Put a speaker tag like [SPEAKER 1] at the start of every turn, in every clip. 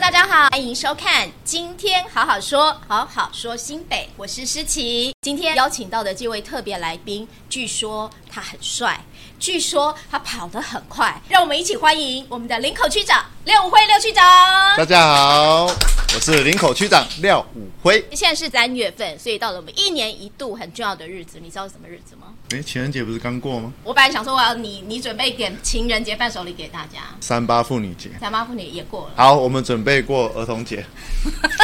[SPEAKER 1] 大家好，欢迎收看《今天好好说》，好好说新北，我是诗琪。今天邀请到的这位特别来宾，据说他很帅，据说他跑得很快，让我们一起欢迎我们的林口区长廖武辉廖区长。
[SPEAKER 2] 大家好，我是林口区长廖武辉。
[SPEAKER 1] 现在是三月份，所以到了我们一年一度很重要的日子，你知道是什么日子吗？
[SPEAKER 2] 哎，情人节不是刚过吗？
[SPEAKER 1] 我本来想说我要你，你准备点情人节伴手礼给大家，
[SPEAKER 2] 三八妇女节。
[SPEAKER 1] 三八妇女也过了。
[SPEAKER 2] 好，我们准备过儿童节。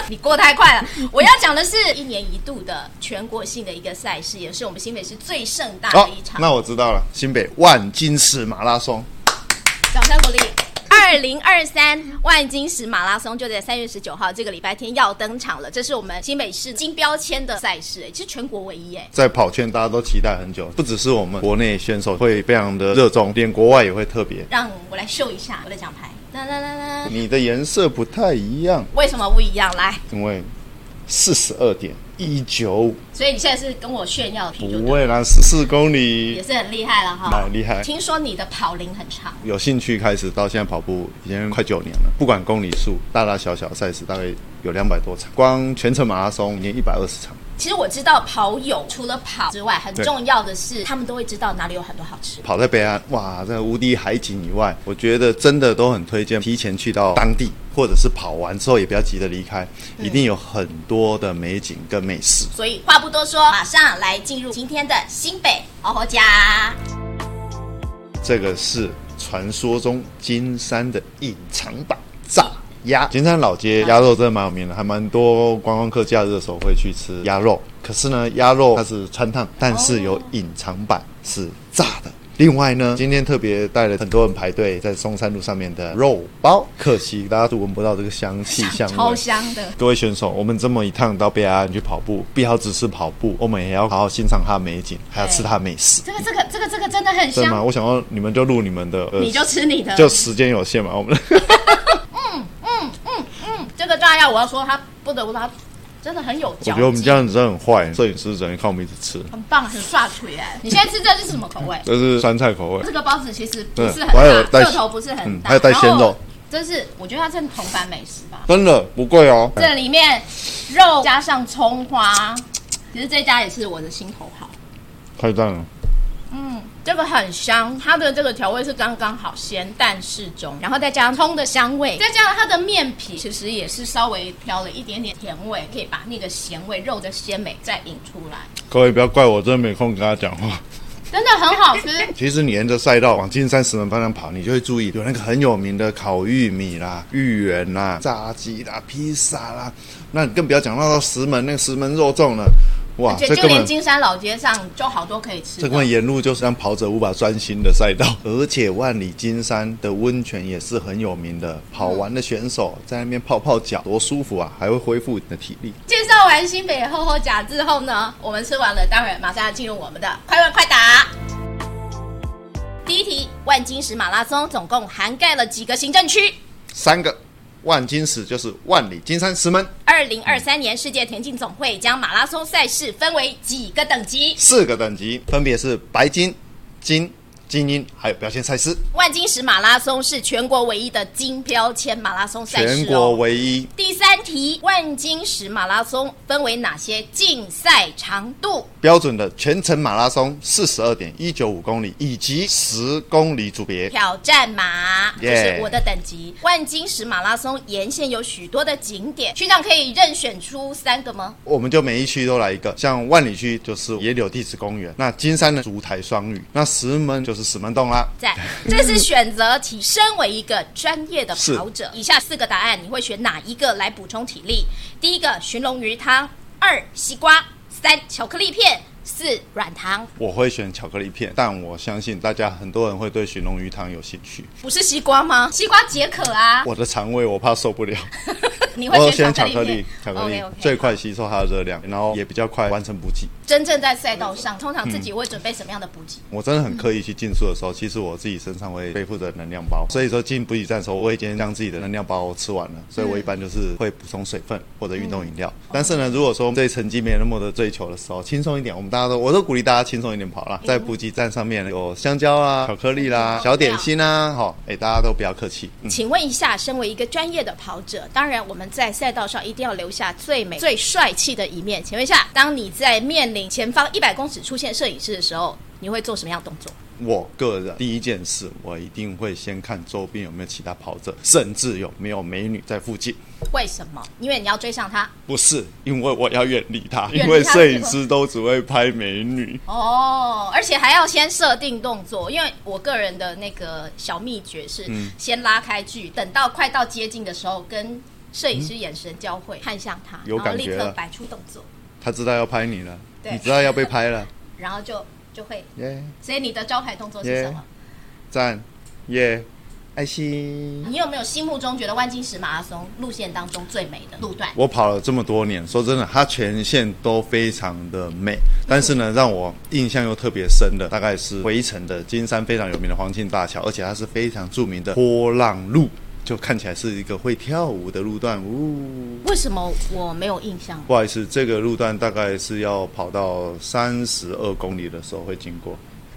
[SPEAKER 1] 你过太快了。我要讲的是一年一度的全国性的一个赛事，也是我们新北市最盛大的一场。
[SPEAKER 2] 哦那我知道了，新北万金石马拉松。
[SPEAKER 1] 掌声鼓励。二零二三万金石马拉松就在三月十九号这个礼拜天要登场了，这是我们新北市金标签的赛事、哎，其实全国唯一哎、
[SPEAKER 2] 在跑圈，大家都期待很久，不只是我们国内选手会非常的热衷，连国外也会特别。
[SPEAKER 1] 让我来秀一下我的奖牌，啦啦啦啦，
[SPEAKER 2] 你的颜色不太一样，
[SPEAKER 1] 为什么不一样？来，
[SPEAKER 2] 因为四十二点一九，
[SPEAKER 1] 所以你现在是跟我炫耀啤酒
[SPEAKER 2] 不，会啦，十四公
[SPEAKER 1] 也
[SPEAKER 2] 里。
[SPEAKER 1] 是很厉害了哈，
[SPEAKER 2] 蛮厉害
[SPEAKER 1] 听说你的跑龄很长，
[SPEAKER 2] 有兴趣开始到现在跑步已经快九年了，不管公里数，大大小小赛事大概有两百多场，光全程马拉松已经一百二十场。
[SPEAKER 1] 其实我知道跑友除了跑之外，很
[SPEAKER 2] 对
[SPEAKER 1] 重要的是他们都会知道哪里有很多好吃。
[SPEAKER 2] 跑在北岸，哇，这无敌海景以外，我觉得真的都很推荐提前去到当地，或者是跑完之后也不要急着离开，一定有很多的美景跟美食。
[SPEAKER 1] 所以话不多说，马上来进入今天的新北好好家。
[SPEAKER 2] 这个是传说中金山的隐藏版炸鸭。金山老街鸭肉真的蛮有名的，还蛮多观光客假日的时候会去吃鸭肉。可是呢，鸭肉它是穿烫，但是有隐藏版是炸的。另外呢，今天特别带了很多人排队在松山路上面的肉包，可惜大家都闻不到这个香气香味，
[SPEAKER 1] 超香的。
[SPEAKER 2] 各位选手，我们这么一趟到北海岸去跑步，不要只是跑步，我们也要好好欣赏它的美景，还要吃它的美食。
[SPEAKER 1] 这个这个这 个这个真的很
[SPEAKER 2] 真的吗？
[SPEAKER 1] 香，
[SPEAKER 2] 我想要你们就录你们的，呃
[SPEAKER 1] 你就吃你的。
[SPEAKER 2] 就时间有限嘛，我们
[SPEAKER 1] 嗯这个炸药，我要说它不得不说它真的很有
[SPEAKER 2] 我
[SPEAKER 1] 嚼
[SPEAKER 2] 觉得我们
[SPEAKER 1] 劲
[SPEAKER 2] 这，样子真的很坏，摄影师只能看我们一直吃，
[SPEAKER 1] 很棒，很刷腿哎。你现在吃这是什么口味？
[SPEAKER 2] 这是酸菜 口味
[SPEAKER 1] 这，个包子其实不是
[SPEAKER 2] 嗯对我还有
[SPEAKER 1] 很大，
[SPEAKER 2] 带
[SPEAKER 1] 个头不是很
[SPEAKER 2] 嗯
[SPEAKER 1] 大，
[SPEAKER 2] 还有带鲜
[SPEAKER 1] 然后
[SPEAKER 2] 肉
[SPEAKER 1] 这是我觉得它是同版美食吧。
[SPEAKER 2] 真的不贵哦。
[SPEAKER 1] 这里面肉加上葱花，其实这家也是我的心头好。
[SPEAKER 2] 太赞了！
[SPEAKER 1] 这个很香，它的这个调味是刚刚好，咸淡适中，然后再加上葱的香味，再加上它的面皮其实也是稍微飘了一点点甜味，可以把那个咸味、肉的鲜美再引出来，
[SPEAKER 2] 各位不要怪我，真的没空跟他讲话。
[SPEAKER 1] 真的很好吃。
[SPEAKER 2] 其实你沿着赛道往金山石门方向跑，你就会注意有那个很有名的烤玉米啦、芋圆啦、炸鸡啦、披萨啦，那你更不要讲到石门那个石门肉粽了，哇，
[SPEAKER 1] 而且
[SPEAKER 2] 这
[SPEAKER 1] 就
[SPEAKER 2] 根
[SPEAKER 1] 连
[SPEAKER 2] 本
[SPEAKER 1] 金山老街上就好多可以吃
[SPEAKER 2] 这根本
[SPEAKER 1] 的。
[SPEAKER 2] 沿路就是让跑者无法专心的赛道，而且万里金山的温泉也是很有名的，跑完的选手在那边泡泡脚，多舒服啊，还会恢复你的体力。
[SPEAKER 1] 介绍完新北厚厚甲之后呢，我们吃完了，当然马上要进入我们的快问快答。第一题，万金石马拉松总共涵盖了几个行政区？
[SPEAKER 2] 三个万金石就是万里金山石门，
[SPEAKER 1] 二零二三年世界田径总会将马拉松赛事分为几个等级？
[SPEAKER 2] 四个等级分别是白金、金、精英，还有表现赛事。
[SPEAKER 1] 万金石马拉松是全国唯一的金标签马拉松赛事、哦，
[SPEAKER 2] 全国唯一。
[SPEAKER 1] 第三题，万金石马拉松分为哪些竞赛长度？
[SPEAKER 2] 标准的全程马拉松四十二点一九五公里以及十公里组别，
[SPEAKER 1] 挑战马就是
[SPEAKER 2] Yeah
[SPEAKER 1] 我的等级。万金石马拉松沿线有许多的景点，区长可以任选出三个吗？
[SPEAKER 2] 我们就每一区都来一个。像万里区就是野柳地质公园，那金山的烛台双语，那石门就是石门洞啦。
[SPEAKER 1] 在，这是选择题。身为一个专业的跑者，以下四个答案你会选哪一个来补充体力？第一个寻龙鱼汤，二西瓜，三巧克力片，四软糖，
[SPEAKER 2] 我会选巧克力片，但我相信大家很多人会对寻龙鱼汤有兴趣。
[SPEAKER 1] 不是西瓜吗？西瓜解渴啊！
[SPEAKER 2] 我的肠胃我怕受不了，
[SPEAKER 1] 你
[SPEAKER 2] 我
[SPEAKER 1] 会
[SPEAKER 2] 选
[SPEAKER 1] 巧
[SPEAKER 2] 巧克力
[SPEAKER 1] 片，
[SPEAKER 2] 巧克力
[SPEAKER 1] o k
[SPEAKER 2] 最快吸收它的热量，然后也比较快完成补给。
[SPEAKER 1] 真正在赛道上，通常自己
[SPEAKER 2] 嗯
[SPEAKER 1] 会准备什么样的补给？
[SPEAKER 2] 我真的很刻意去竞速的时候，其实我自己身上会背负着能量包，所以说进补给站的时候，我已经将自己的能量包吃完了，所以我一般就是嗯会补充水分或者运动饮料。但是呢，如果说对成绩没有那么的追求的时候，轻松一点，我们大家都我都鼓励大家轻松一点跑啦，在补给站上面有香蕉啊、嗯巧克力啦、小点心啊，好、哎、大家都不要客气。嗯，
[SPEAKER 1] 请问一下，身为一个专业的跑者，当然我们在赛道上一定要留下最美、最帅气的一面。请问一下，当你在面临前方一百公尺出现摄影师的时候，你会做什么样的动作？
[SPEAKER 2] 我个人第一件事，我一定会先看周边有没有其他跑者，甚至有没有美女在附近。
[SPEAKER 1] 为什么？因为你要追上他
[SPEAKER 2] 不是，因为我要远离他，
[SPEAKER 1] 远离他
[SPEAKER 2] 因为摄影师都只会拍美女。
[SPEAKER 1] 哦，而且还要先设定动作。因为我个人的那个小秘诀是，
[SPEAKER 2] 嗯
[SPEAKER 1] 先拉开距，等到快到接近的时候，跟摄影师眼神交汇，看向他，
[SPEAKER 2] 嗯有
[SPEAKER 1] 然后
[SPEAKER 2] 感
[SPEAKER 1] 立
[SPEAKER 2] 觉
[SPEAKER 1] 刻
[SPEAKER 2] 了
[SPEAKER 1] 摆出动作，
[SPEAKER 2] 他知道要拍你了，
[SPEAKER 1] 对
[SPEAKER 2] 你知道要被拍了，
[SPEAKER 1] 然后就就会。
[SPEAKER 2] 耶、
[SPEAKER 1] 所以你的招牌动作是什么？
[SPEAKER 2] 赞，耶、爱心。
[SPEAKER 1] 你有没有心目中觉得万金石马拉松路线当中最美的路段？
[SPEAKER 2] 我跑了这么多年，说真的，它全线都非常的美。但是呢，让我印象又特别深的，大概是回程的金山非常有名的黄金大桥，而且它是非常著名的波浪路，就看起来是一个会跳舞的路段。呜，
[SPEAKER 1] 为什么我没有印象？
[SPEAKER 2] 不好意思，这个路段大概是要跑到三十二公里的时候会经过。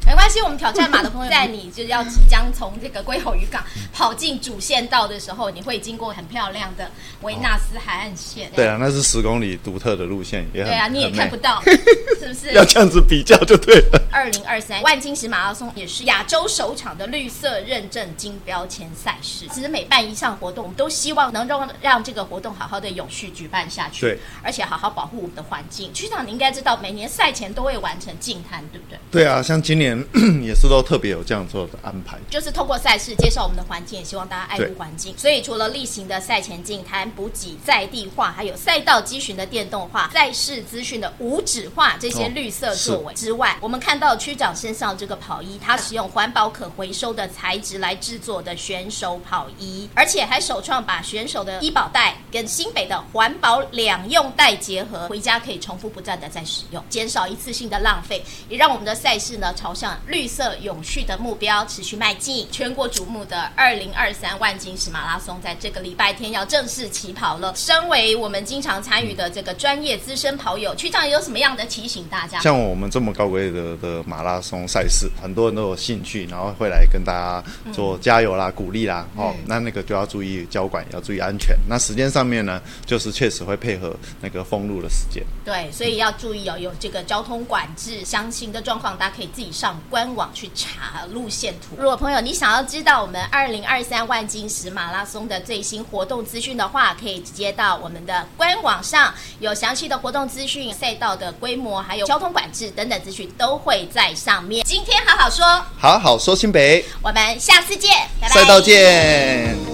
[SPEAKER 1] 没关系，我们挑战马的朋友，在你就是要即将从这个龟吼渔港跑进主线道的时候，你会经过很漂亮的维纳斯海岸线。
[SPEAKER 2] 对啊，那是十公里独特的路线，也很
[SPEAKER 1] 对啊，你也
[SPEAKER 2] 很美
[SPEAKER 1] 看不到，是不 是？
[SPEAKER 2] 要这样子比较就对 了。
[SPEAKER 1] 二零二三万金石马拉松也是亚洲首场的绿色认证金标签赛事。其实每办一项活动，我们都希望能让让这个活动好好的永续举办下去，
[SPEAKER 2] 对，
[SPEAKER 1] 而且好好保护我们的环境。区长，你应该知道，每年赛前都会完成净滩，对不对？
[SPEAKER 2] 对啊，像今年也是都特别有这样做的安排。
[SPEAKER 1] 就是通过赛事介绍我们的环境，也希望大家爱
[SPEAKER 2] 对
[SPEAKER 1] 护环境。所以除了例行的赛前净滩、补给、在地化，还有赛道机巡的电动化、赛事资讯的无纸化这些
[SPEAKER 2] 哦
[SPEAKER 1] 绿色作为之外，我们看到区长身上这个跑衣，它使用环保可回收的材质来制作的选手跑衣，而且还首创把选手的医保袋跟新北的环保两用袋结合，回家可以重复不断的再使用，减少一次性的浪费，也让我们的赛事呢朝向绿色永续的目标持续迈进。全国瞩目的二零二三万金石马拉松在这个礼拜天要正式起跑了。身为我们经常参与的这个专业资深跑友，区长有什么样的提醒大家？
[SPEAKER 2] 像我们这么高规的的马拉松赛事，很多人都有兴趣，然后会来跟大家做加油啦、鼓励啦。
[SPEAKER 1] 嗯
[SPEAKER 2] 哦，那那个就要注意交管，要注意安全。那时间上面呢，就是确实会配合那个封路的时间。
[SPEAKER 1] 对，所以要注意哦，有这个交通管制详情的状况，大家可以自己上官网去查路线图。如果朋友你想要知道我们二零二三万金石马拉松的最新活动资讯的话，可以直接到我们的官网上，有详细的活动资讯、赛道的规模，还有交通管制等等资讯都会在上面。今天好好说，
[SPEAKER 2] 好好说新北，
[SPEAKER 1] 我们下次见，拜拜。
[SPEAKER 2] 赛道见。